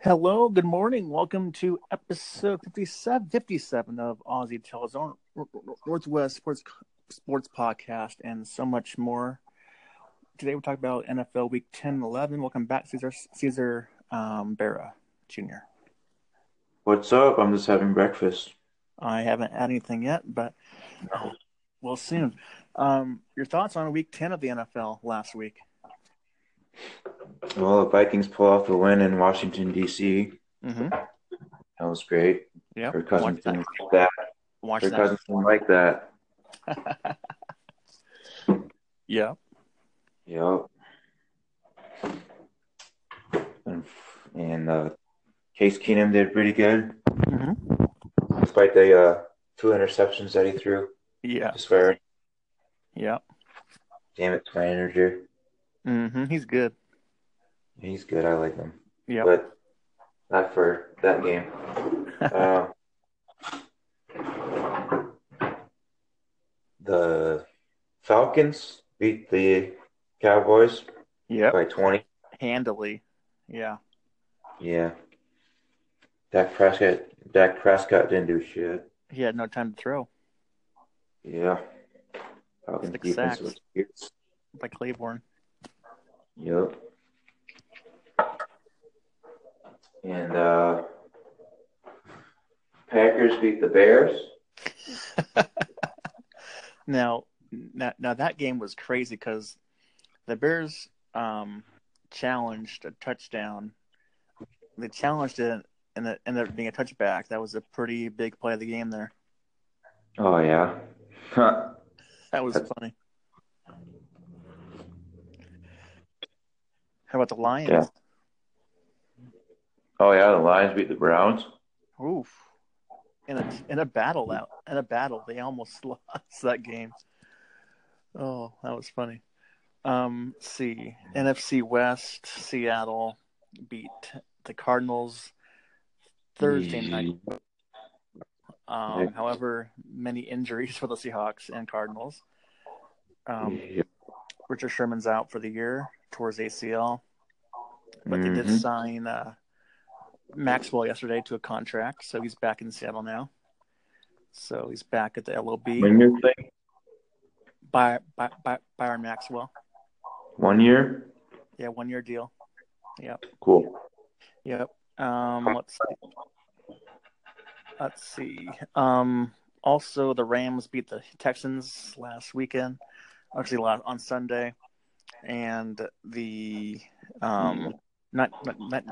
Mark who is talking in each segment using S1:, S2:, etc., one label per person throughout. S1: Hello, good morning. Welcome to episode 57, 57 of Aussie Telezone, Northwest Sports Sports Podcast, and so much more. Today we're talking about NFL Week 10 and 11. Welcome back, Caesar Caesar um, Barra Jr.
S2: What's up? I'm just having breakfast.
S1: I haven't had anything yet, but we'll soon. Um, your thoughts on Week 10 of the NFL last week?
S2: Well, the Vikings pull off the win in Washington D.C.
S1: Mm-hmm.
S2: That was great.
S1: Yep.
S2: Her cousins
S1: Watch that.
S2: didn't like that.
S1: Watch
S2: Her
S1: that.
S2: cousins didn't like that.
S1: yeah.
S2: Yep. And, and uh, Case Keenum did pretty good, Mm-hmm.
S1: hmm
S2: despite the uh, two interceptions that he threw.
S1: Yeah.
S2: I swear.
S1: Yeah.
S2: Damn it, my manager.
S1: hmm He's good.
S2: He's good. I like him.
S1: Yep.
S2: But not for that game. uh, the Falcons beat the Cowboys
S1: Yep.
S2: by 20.
S1: Handily. Yeah.
S2: Yeah. Dak Prescott, Dak Prescott didn't do shit.
S1: He had no time to throw
S2: Yeah. Falcons
S1: Six
S2: defense
S1: sacks.
S2: was fierce.
S1: by Claiborne.
S2: Yep. And uh, Packers beat the Bears.
S1: Now, now, now that game was crazy because the Bears um, challenged a touchdown. They challenged it and it ended up being a touchback. That was a pretty big play of the game there.
S2: Oh yeah. Huh.
S1: That was
S2: That's-
S1: funny. How about the Lions?
S2: Oh yeah, the Lions beat the Browns.
S1: Oof. In a in a battle out in a battle, they almost lost that game. Oh, that was funny. Um, let's see NFC West, Seattle beat the Cardinals Thursday night. Um, however, many injuries for the Seahawks and Cardinals. Um,
S2: Yeah.
S1: Richard Sherman's out for the year towards ACL, but they did
S2: Mhm.
S1: sign uh, Maxwell yesterday to a contract, so he's back in Seattle now. So he's back at the LOB
S2: Mm-hmm. One year thing.
S1: by, by, by Byron Maxwell.
S2: One year.
S1: Yeah, one year deal.
S2: Cool.
S1: Yep. Um, let's see. let's see. Um, also, the Rams beat the Texans last weekend, actually la- on Sunday, and the um, not,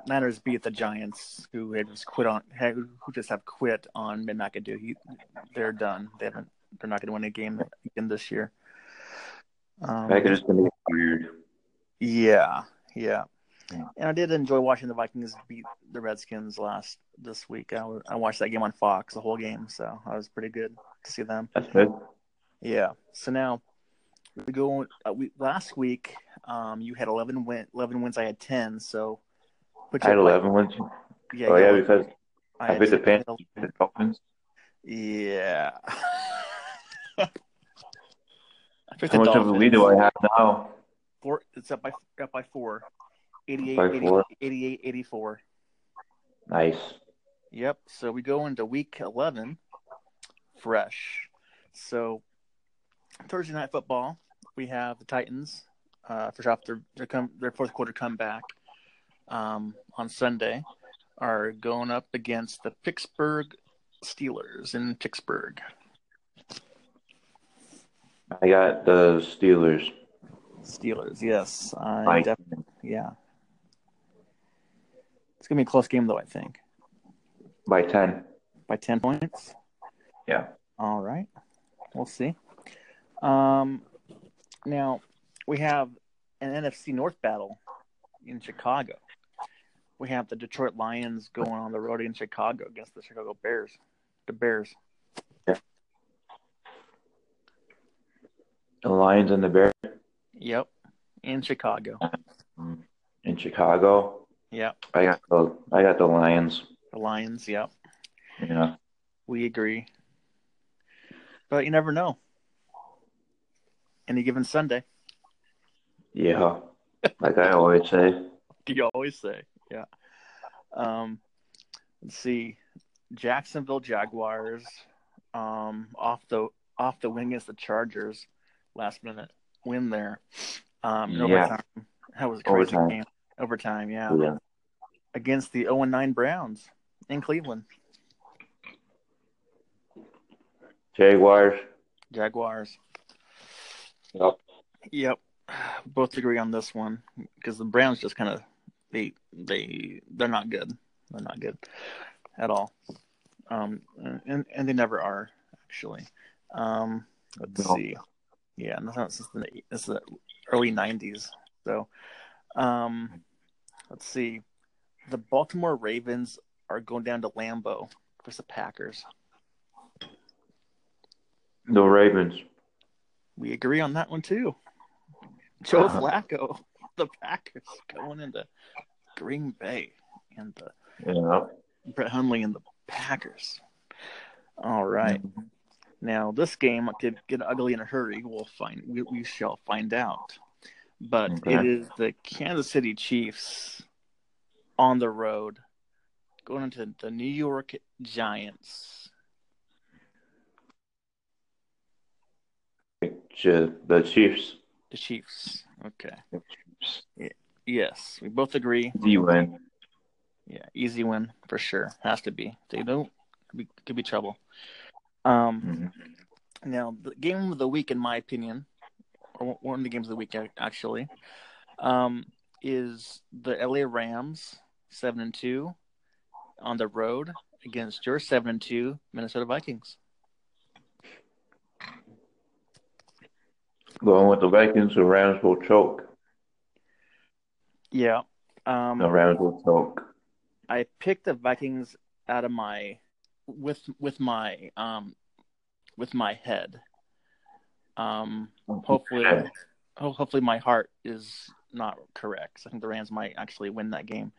S1: Niners beat the Giants, who had just quit on had- who just have quit on Mid McAdoo. He, they're done. They haven't. They're not going to win a game again this year. Um,
S2: Packers gonna be weird.
S1: yeah, yeah.
S2: Yeah.
S1: And I did enjoy watching the Vikings beat the Redskins last this week. I, wa- I watched that game on Fox, the whole game, so I was pretty good to see them.
S2: That's good.
S1: Yeah. So now we go. Uh, we, last week, um, you had eleven win, eleven wins. I had ten. So, put
S2: I had
S1: you up, like-
S2: eleven wins.
S1: Yeah,
S2: Oh
S1: you
S2: yeah,
S1: had-
S2: because I
S1: had
S2: beat the
S1: 10.
S2: Panthers, the Dolphins.
S1: Yeah. I picked
S2: How
S1: the
S2: much of a lead
S1: Dolphins.
S2: do I have now?
S1: Four, it's up by up by four. 88,
S2: By four.
S1: 88, 84.
S2: Nice.
S1: Yep. So we go into week 11 fresh. So Thursday night football, we have the Titans uh, fresh off their their, come, their fourth quarter comeback um, on Sunday are going up against the Pittsburgh Steelers in Pittsburgh.
S2: I got the Steelers.
S1: Steelers, yes. I
S2: Nice.
S1: def- yeah. It's going to be a close game, though, I think.
S2: By ten.
S1: By 10 points?
S2: Yeah.
S1: All right. We'll see. Um, now we have an NFC North battle in Chicago. We have the Detroit Lions going on the road in Chicago against the Chicago Bears. The Bears.
S2: The Lions and the Bears
S1: Yep. In Chicago.
S2: in Chicago.
S1: Yep.
S2: I got the I got the Lions.
S1: The Lions. Yep.
S2: Yeah.
S1: We agree. But you never know. Any given Sunday,
S2: Yeah. Like I always say.
S1: you always say. Yeah. Um, let's see, Jacksonville Jaguars um, off the off the wing against the Chargers, last minute win there. Um, in
S2: Yeah.
S1: overtime. That was a crazy
S2: Overtime.
S1: game. Overtime, yeah.
S2: Yeah.
S1: Against the 0 9 Browns in Cleveland.
S2: Jaguars.
S1: Jaguars.
S2: Yep.
S1: Yep. Both agree on this one because the Browns just kind of they they they're not good. They're not good at all. Um and and they never are actually. Um let's
S2: No.
S1: see. Yeah, and that's since the this is the early 90s. So um let's see. The Baltimore Ravens are going down to Lambeau versus the Packers.
S2: The Ravens.
S1: We agree on that one too. Joe Flacco, the Packers going into Green Bay and the
S2: Yeah.
S1: Brett Hundley and the Packers. All right. Now this game could get ugly in a hurry. We'll find we, we shall find out. But it
S2: Okay.
S1: is the Kansas City Chiefs on the road going into the New York Giants.
S2: Ch- uh, The Chiefs.
S1: The Chiefs. Okay.
S2: Chiefs.
S1: Yes, we both agree.
S2: The win.
S1: Yeah, easy win for sure. Has to be. They don't could be, could be trouble. Um,
S2: Mhm.
S1: now the game of the week, in my opinion, or one of the games of the week ac- actually, um, is the LA Rams seven and two on the road against your seven and two Minnesota Vikings.
S2: Going with the Vikings, the Rams will choke.
S1: Yeah. Um,
S2: The Rams will choke.
S1: I picked the Vikings out of my with with my um with my head. Um hopefully
S2: Okay.
S1: ho- hopefully my heart is not correct. I think the Rams might actually win that game.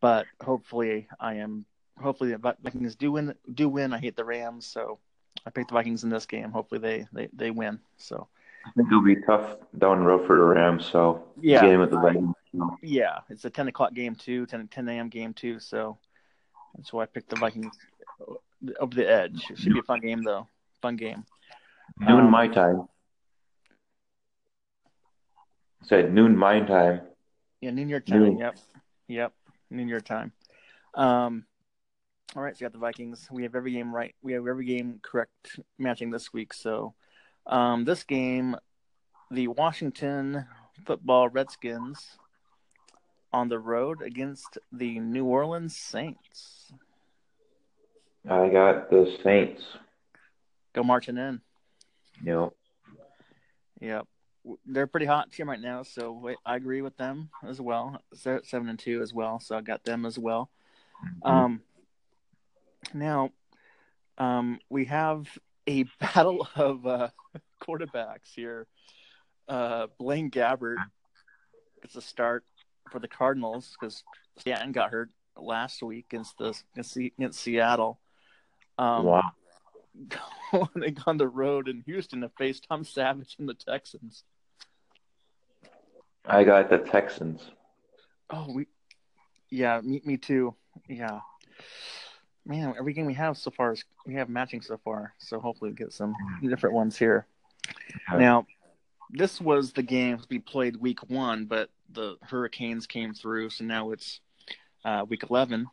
S1: But hopefully I am hopefully the Vi- Vikings do win do win. I hate the Rams, so I picked the Vikings in this game. Hopefully they they, they win. So
S2: I think it'll be tough down the road for the Rams. So
S1: Yeah.
S2: game with the Vikings. so
S1: yeah, it's a 10 o'clock game too, 10, 10 a.m. game too. So that's why I picked the Vikings uh, over the edge. It should be a fun game though. Fun game.
S2: Noon
S1: Um,
S2: my time. Said noon my time.
S1: Yeah, noon your time.
S2: Noon.
S1: Yep. Yep. Noon your time. Um, all right, so you got the Vikings. We have every game right. We have every game correct matching this week. So um, this game, the Washington football Redskins on the road against the New Orleans Saints.
S2: I got the Saints.
S1: Go marching in.
S2: You know,
S1: Yep. W- They're a pretty hot team right now, so wait, I agree with them as well. They're at seven and two as well, so I got them as well.
S2: Mm-hmm.
S1: Um, now, um, we have a battle of uh, quarterbacks here. Uh, Blaine Gabbert gets a start for the Cardinals because Stanton got hurt last week against the against, Se- against Seattle. Um,
S2: wow.
S1: they on the road in Houston to face Tom Savage and the Texans.
S2: I got the Texans.
S1: Oh, we, yeah, me, me too. Yeah, man, every game we have so far is we have matching so far. So hopefully we get some different ones here.
S2: Yeah.
S1: Now, this was the game to be played week one, but the Hurricanes came through, so now it's uh, week eleven.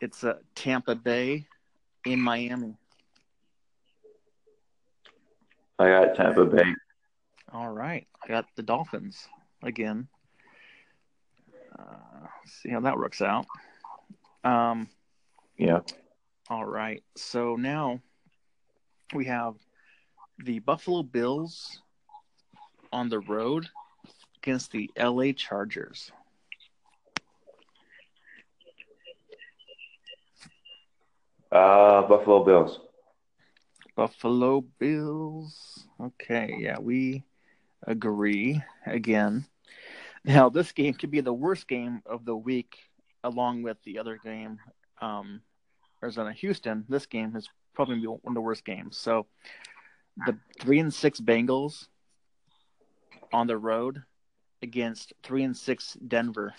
S1: It's uh, Tampa Bay in Miami.
S2: I got Tampa Bay.
S1: All right, I got the Dolphins again. Uh, see how that works out. Um,
S2: Yeah.
S1: All right. So now we have the Buffalo Bills on the road against the LA Chargers.
S2: Uh, Buffalo Bills.
S1: Buffalo Bills. Okay. Yeah, we agree again. Now, this game could be the worst game of the week, along with the other game, um, Arizona Houston. This game is probably gonna be one of the worst games. So, the three and six Bengals on the road against three and six Denver.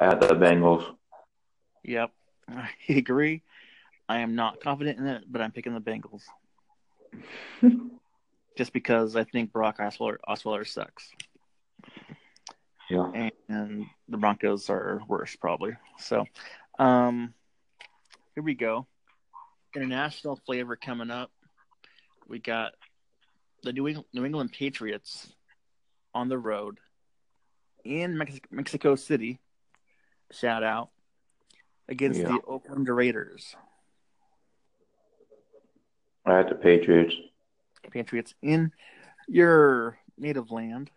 S2: at the Bengals.
S1: Yep, I agree. I am not confident in it, but I'm picking the Bengals just because I think Brock Osweiler, Osweiler sucks,
S2: Yeah.
S1: and the Broncos are worse probably. So, um, here we go. International flavor coming up. We got the New England, New England Patriots on the road in Mex- Mexico City. Shout out against
S2: Yeah.
S1: the Oakland Raiders.
S2: At the Patriots.
S1: Patriots in your native land,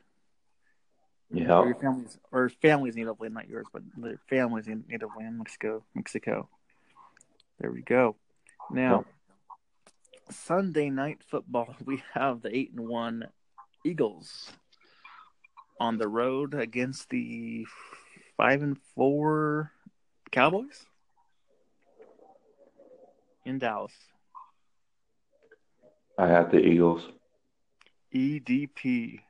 S1: or
S2: Yeah.
S1: your family's or family's native land, not yours, but their family's in native land, Mexico, Mexico. There we go. Now, Sunday night football, we have the eight and one Eagles on the road against the five and four Cowboys in Dallas.
S2: I had the Eagles.
S1: E EDP,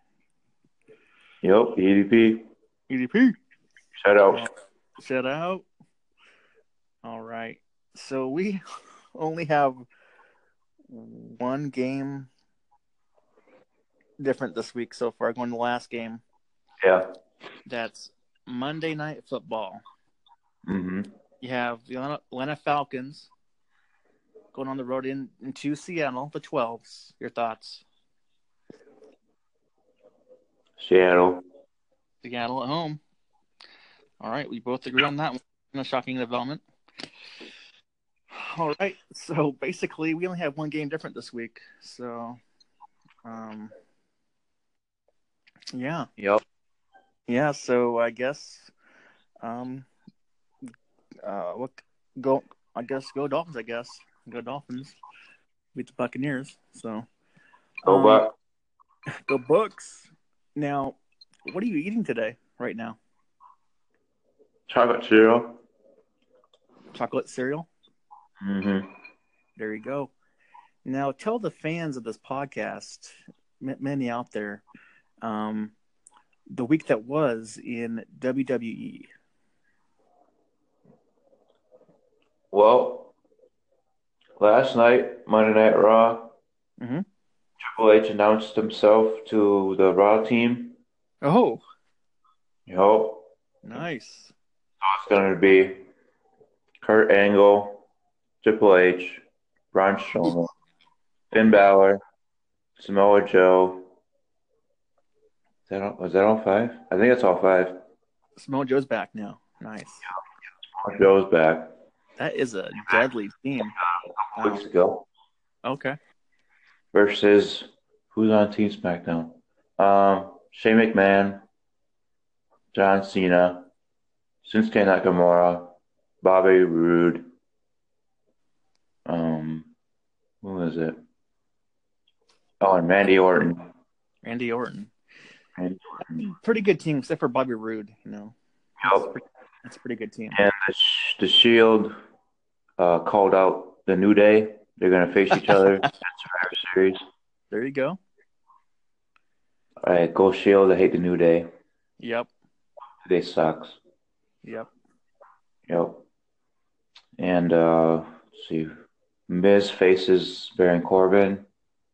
S2: Yep. EDP.
S1: EDP.
S2: Shout out.
S1: Shout out. All right. So we only have one game different this week so far, going to the last game.
S2: Yeah.
S1: That's Monday Night Football.
S2: hmm
S1: You have the Atlanta- Atlanta Falcons going on the road in, into Seattle, the 12s. Your thoughts?
S2: Seattle.
S1: Seattle at home. All right, we both agree on that one. No shocking development. All right, so basically, we only have one game different this week. So, um, yeah,
S2: Yep.
S1: yeah. So I guess, um, uh, what go? I guess go Dolphins. I guess go Dolphins. Beat the Buccaneers. So
S2: Go
S1: um,
S2: back.
S1: Go Bucks. Now, what are you eating today? Right now,
S2: Chocolate cereal.
S1: chocolate cereal.
S2: Mm-hmm.
S1: There you go. Now tell the fans of this podcast, m- many out there, um, the week that was in E. WWE.
S2: Well, last night, Monday Night Raw,
S1: Mhm.
S2: Triple H announced himself to the Raw team.
S1: Oh,
S2: Yep. So
S1: nice.
S2: it's going to be Kurt Angle, Triple H, Braun Strowman, Finn Balor, Samoa Joe. Is that all, was that all five? I think that's all five.
S1: Samoa Joe's back now. Nice.
S2: Samoa Joe's back.
S1: That is a deadly team. Wow.
S2: Weeks ago
S1: Okay.
S2: versus who's on Team SmackDown? Um, Shane McMahon, John Cena, Shinsuke Nakamura, Bobby Roode. Um, who was it? Oh, and Randy Orton.
S1: Randy Orton.
S2: Randy
S1: Pretty good team, except for Bobby Roode. You know, that's,
S2: Yep.
S1: pretty, that's a pretty good team.
S2: And the, Sh- the Shield uh, called out the New Day. They're gonna face each other at Survivor Series.
S1: There you go.
S2: All right, go Shield. I hate the New Day.
S1: Yep.
S2: They sucks.
S1: Yep.
S2: Yep. And uh, let's see, Miz faces Baron Corbin,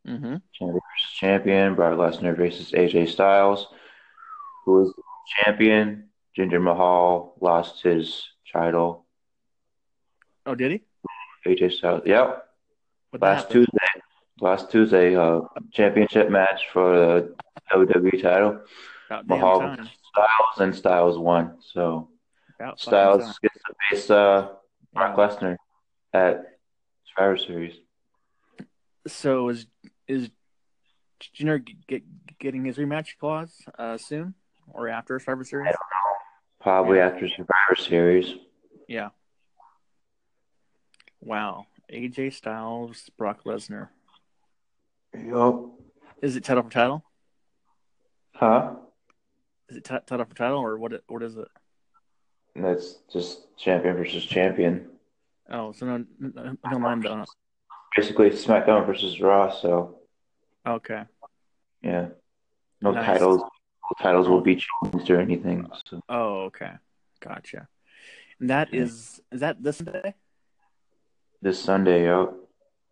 S1: Mm-hmm.
S2: champion versus champion. Brock Lesnar faces AJ Styles, who is champion. Jinder Mahal lost his title.
S1: Oh, did he?
S2: AJ Styles. Yep.
S1: What
S2: Last Tuesday. Last Tuesday, uh, championship match for the WWE title.
S1: About damn
S2: Mahal
S1: time.
S2: Styles and Styles won. So
S1: About fucking time.
S2: Styles gets to face uh,
S1: Yeah.
S2: Brock Lesnar at Survivor Series.
S1: So is is Jenner g- get, getting his rematch clause uh, soon or after Survivor Series?
S2: Probably
S1: Yeah.
S2: after Survivor Series.
S1: Yeah. Wow. AJ Styles, Brock Lesnar.
S2: Yep.
S1: Is it title for title?
S2: Huh?
S1: Is it t- title for title or what? it- What is it?
S2: And That's just champion versus champion.
S1: Oh, so no, no, no line on it.
S2: Basically, it's SmackDown versus Raw. So
S1: Okay.
S2: yeah, no
S1: Nice.
S2: titles. No titles will be changed or anything. So
S1: Oh, okay. Gotcha. And that is is that this Sunday?
S2: This Sunday, yo.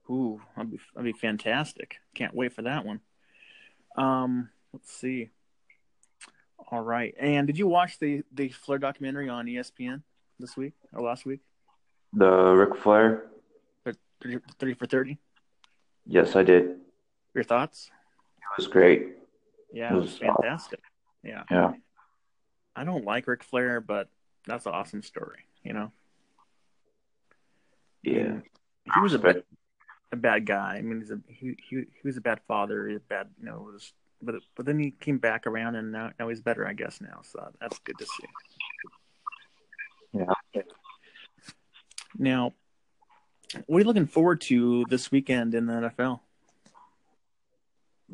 S1: Ooh, that'd be that'd be fantastic. Can't wait for that one. Um, let's see. All right. And did you watch the the Flair documentary on E ESPN this week or last week?
S2: The Ric Flair.
S1: 30, 30 for 30.
S2: Yes, I did. It
S1: Your thoughts?
S2: was great.
S1: Yeah, it was
S2: It was awesome.
S1: fantastic. Yeah.
S2: Yeah.
S1: I don't like Ric Flair, but that's an awesome story, you know.
S2: Yeah.
S1: He was a
S2: But
S1: bad, a bad guy. I mean, he's a he, he he was a bad father, he's a bad, you know, was but but then he came back around and now now he's better, I guess now. So that's good to see.
S2: yeah.
S1: Now, what are you looking forward to this weekend in the NFL?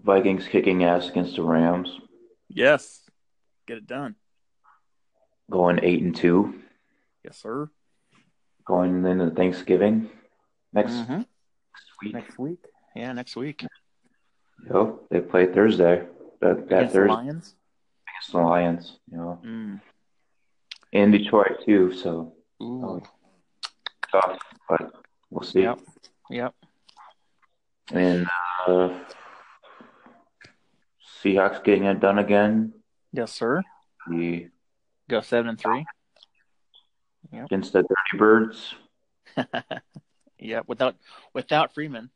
S2: Vikings kicking ass against the Rams,
S1: Yes. Get it done.
S2: going eight and two,
S1: Yes, sir.
S2: going into Thanksgiving next
S1: Mhm.
S2: week.
S1: Next week. Yeah, next week.
S2: Yo, they play Thursday. That that
S1: Against the
S2: Thursday
S1: Lions.
S2: against the Lions, you know,
S1: Mm.
S2: in Detroit too. So
S1: Ooh.
S2: tough, but we'll see.
S1: Yep. Yep.
S2: And uh, Seahawks getting it done again.
S1: Yes, sir.
S2: The
S1: Go seven and three.
S2: against the Dirty Birds.
S1: yeah, without without Freeman,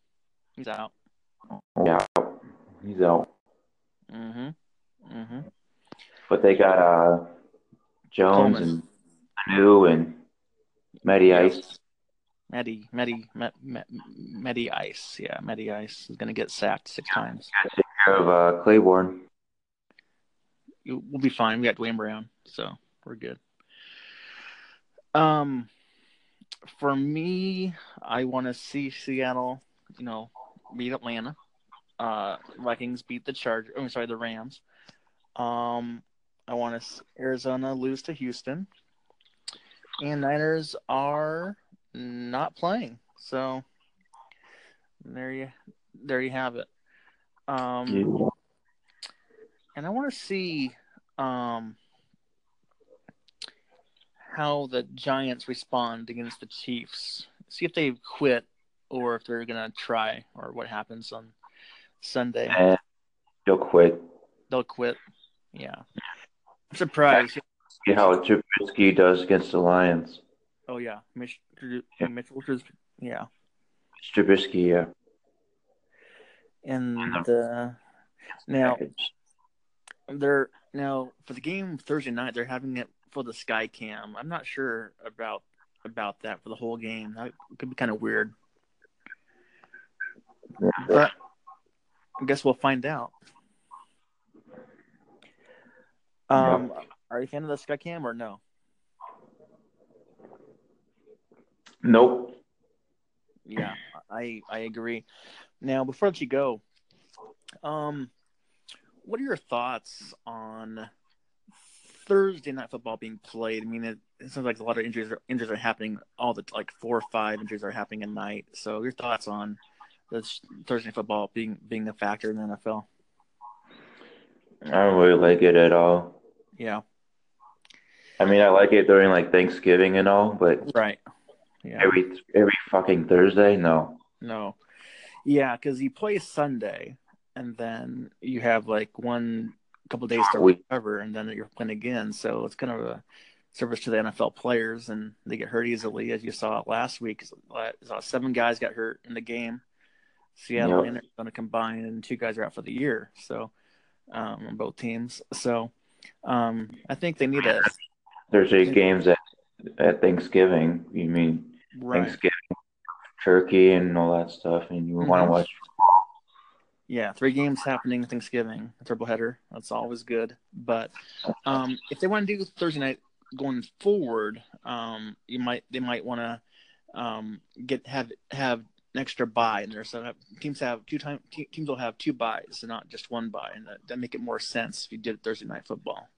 S1: he's out.
S2: Yeah, he's out.
S1: Mm-hmm. Mm-hmm.
S2: But they got uh, Jones
S1: Coleman.
S2: and Anu and Matty Ice.
S1: Medi, Medi, Med, Med, Medi Ice. Yeah, Medi Ice is gonna get sacked six times.
S2: of uh, Claiborne.
S1: You- We'll be fine. We got Dwayne Brown, so we're good. Um, for me, I want to see Seattle. You know, beat Atlanta. Uh, Vikings beat the Chargers. I'm sorry, the Rams. Um, I want to Arizona lose to Houston, and Niners are not playing. So there you, there you have it. Um, and I want to see um, how the Giants respond against the Chiefs. See if they quit or if they're gonna try or what happens on Sunday.
S2: And he'll quit.
S1: They'll quit. Yeah, I'm surprised.
S2: See how Trubisky does against the Lions.
S1: Oh yeah, Mitch,
S2: Yeah.
S1: Mitchell. just- Yeah,
S2: Trubisky, uh, yeah.
S1: and uh, now they're now for the game Thursday night. They're having it for the Sky Cam. I'm not sure about about that for the whole game. That could be kind of weird. But I guess we'll find out. Um, Are you a fan of the Sky Cam or no?
S2: Nope.
S1: Yeah, I I agree. Now, before I let you go, um, what are your thoughts on Thursday night football being played? I mean, it, it sounds like a lot of injuries are, injuries are happening. All the like four or five injuries are happening a night. So, your thoughts on this Thursday night football being being a factor in the NFL?
S2: I don't really like it at all.
S1: Yeah,
S2: I mean, I like it during like Thanksgiving and all, but
S1: right. Yeah.
S2: every every fucking Thursday, no.
S1: No. Yeah, because you play Sunday, and then you have like one couple days to
S2: We-
S1: recover, and then you're playing again. So it's kind of a service to the NFL players, and they get hurt easily, as you saw last week. Uh, saw seven guys got hurt in the game. Seattle
S2: Yeah.
S1: and Arizona combined, and two guys are out for the year. So um, on both teams. So um, I think they need a
S2: Thursday
S1: Yeah.
S2: games at, at Thanksgiving. You mean
S1: right.
S2: Thanksgiving, turkey, and all that stuff, and you want
S1: Mhm.
S2: to watch
S1: Yeah, three games happening Thanksgiving, a triple header. That's always good. But um, if they want to do Thursday night going forward, um, you might they might want to um, get have have an extra buy in there. So that teams have two time te- teams will have two buys and not just one buy, and that, that make it more sense if you did Thursday night football.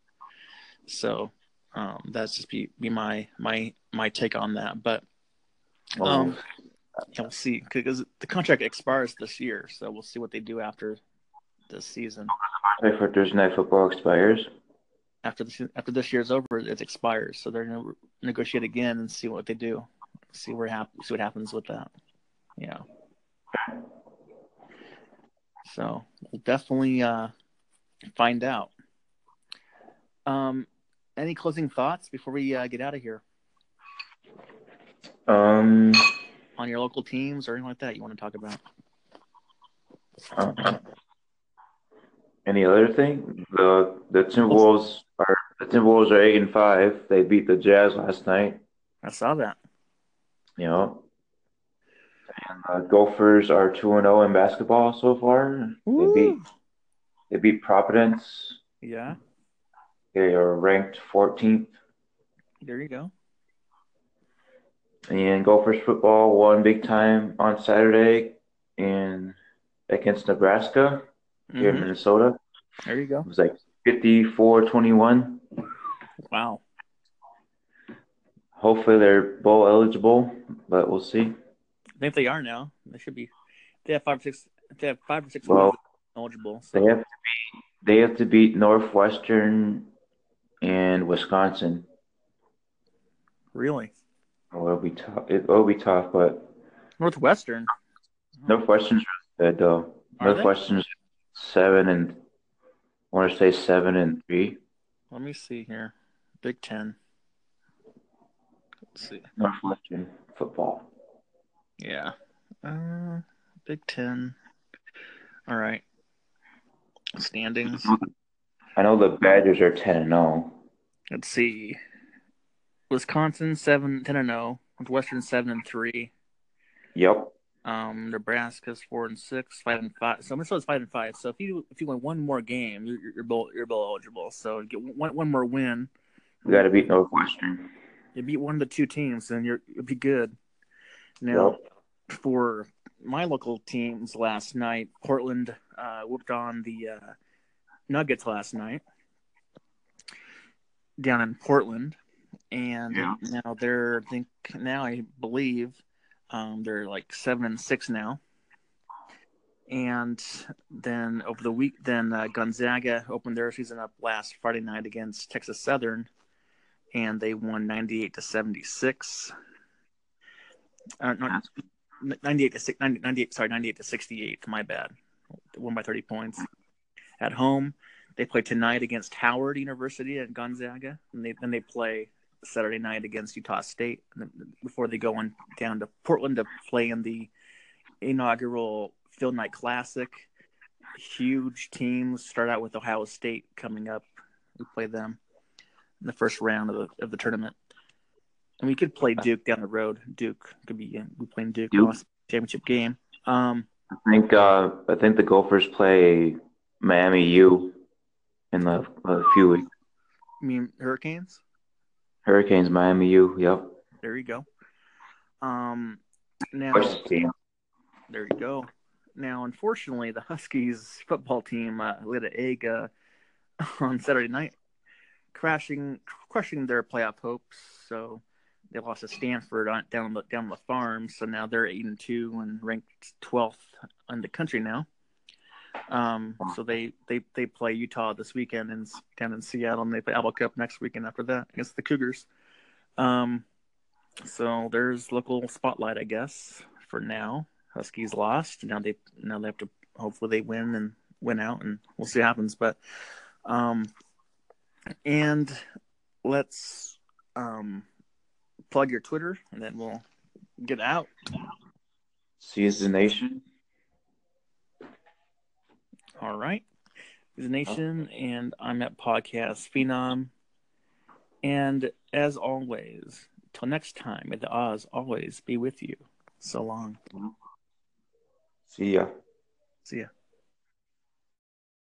S1: So um, that's just be, be my my my take on that. But Um, yeah, we'll see because the contract expires this year, so we'll see what they do after this season.
S2: Sorry for Thursday night football expires.
S1: after this after this year's over, it expires. So they're going to negotiate again and see what they do, see where hap- see what happens with that. Yeah. So we'll definitely uh, find out. Um, any closing thoughts before we uh, get out of here
S2: Um,
S1: on your local teams or anything like that you want to talk about?
S2: uh, any other thing? The the Timberwolves are the Timberwolves are eight and five. They beat the Jazz last night.
S1: I saw that.
S2: You know. And the Gophers are two and zero in basketball so far.
S1: Woo.
S2: They beat they beat Providence.
S1: Yeah,
S2: They are ranked 14th
S1: there you go.
S2: And Gophers football won big time on Saturday in against Nebraska here in
S1: Mhm.
S2: Minnesota.
S1: There you go.
S2: It was like 54-21.
S1: Wow.
S2: Hopefully they're bowl eligible, but we'll see.
S1: I think they are now. They should be. They have five or six. They have five or six
S2: Well-
S1: eligible. So
S2: They have to beat they have to beat Northwestern and Wisconsin.
S1: really,
S2: Well, it'll be tough. It'll be tough, but
S1: Northwestern.
S2: Northwestern's really good though.
S1: Are they?
S2: Northwestern's seven and I want to say seven and three.
S1: Let me see here. Big Ten. Let's see.
S2: Northwestern football.
S1: Yeah. Uh, Big Ten. All right. Standings.
S2: I know the Badgers are ten and oh. zero.
S1: Let's see. Wisconsin 7 10 and 0, Northwestern 7 and 3,
S2: Yep.
S1: um Nebraska's 4 and 6, 5 and 5. So Minnesota's 5 and 5. So if you if you win one more game, you're you're bowl you're bowl eligible. So get one one more win,
S2: We got to beat Northwestern.
S1: you beat one of the two teams and you're you'll be good. Now for my local teams last night, Portland uh, whooped on the uh, Nuggets last night down in Portland, and
S2: Yeah.
S1: now they're I think now I believe um, they're like seven and six now. And then over the week, then uh, Gonzaga opened their season up last Friday night against Texas Southern, and they won ninety eight to seventy six. Uh, not, 98 to six- 90 98 sorry 98 to 68 my bad won by 30 points at home they play tonight against howard university at gonzaga and they, then they play saturday night against utah state and then- before they go on down to portland to play in the inaugural field night classic huge teams start out with ohio state coming up we play them in the first round of the, of the tournament and we could play duke down the road duke could be we playing duke,
S2: Duke.
S1: lost championship game um
S2: I think uh, I think the Gophers play Miami U in the a few weeks.
S1: I mean, Hurricanes.
S2: Hurricanes Miami U. Yep.
S1: There you go. Um, now
S2: Question team.
S1: there you go. Now, unfortunately, the Huskies football team uh, lit an egg uh, on Saturday night, crashing crushing their playoff hopes. So they lost to Stanford on, down the down the farm. So now they're eight and two and ranked twelfth in the country now. Um, so they, they they play Utah this weekend and down in Seattle, and they play Apple Cup next weekend after that against the Cougars. Um, so there's local spotlight, I guess, for now. Huskies lost. Now they now they have to hopefully they win and win out, and we'll see what happens. But um, and let's um plug your Twitter, and then we'll get out.
S2: Season Nation.
S1: All right. The Nation, and I'm at Podcast Phenom. And as always, till next time, may the Oz always be with you. So long.
S2: See ya.
S1: See ya.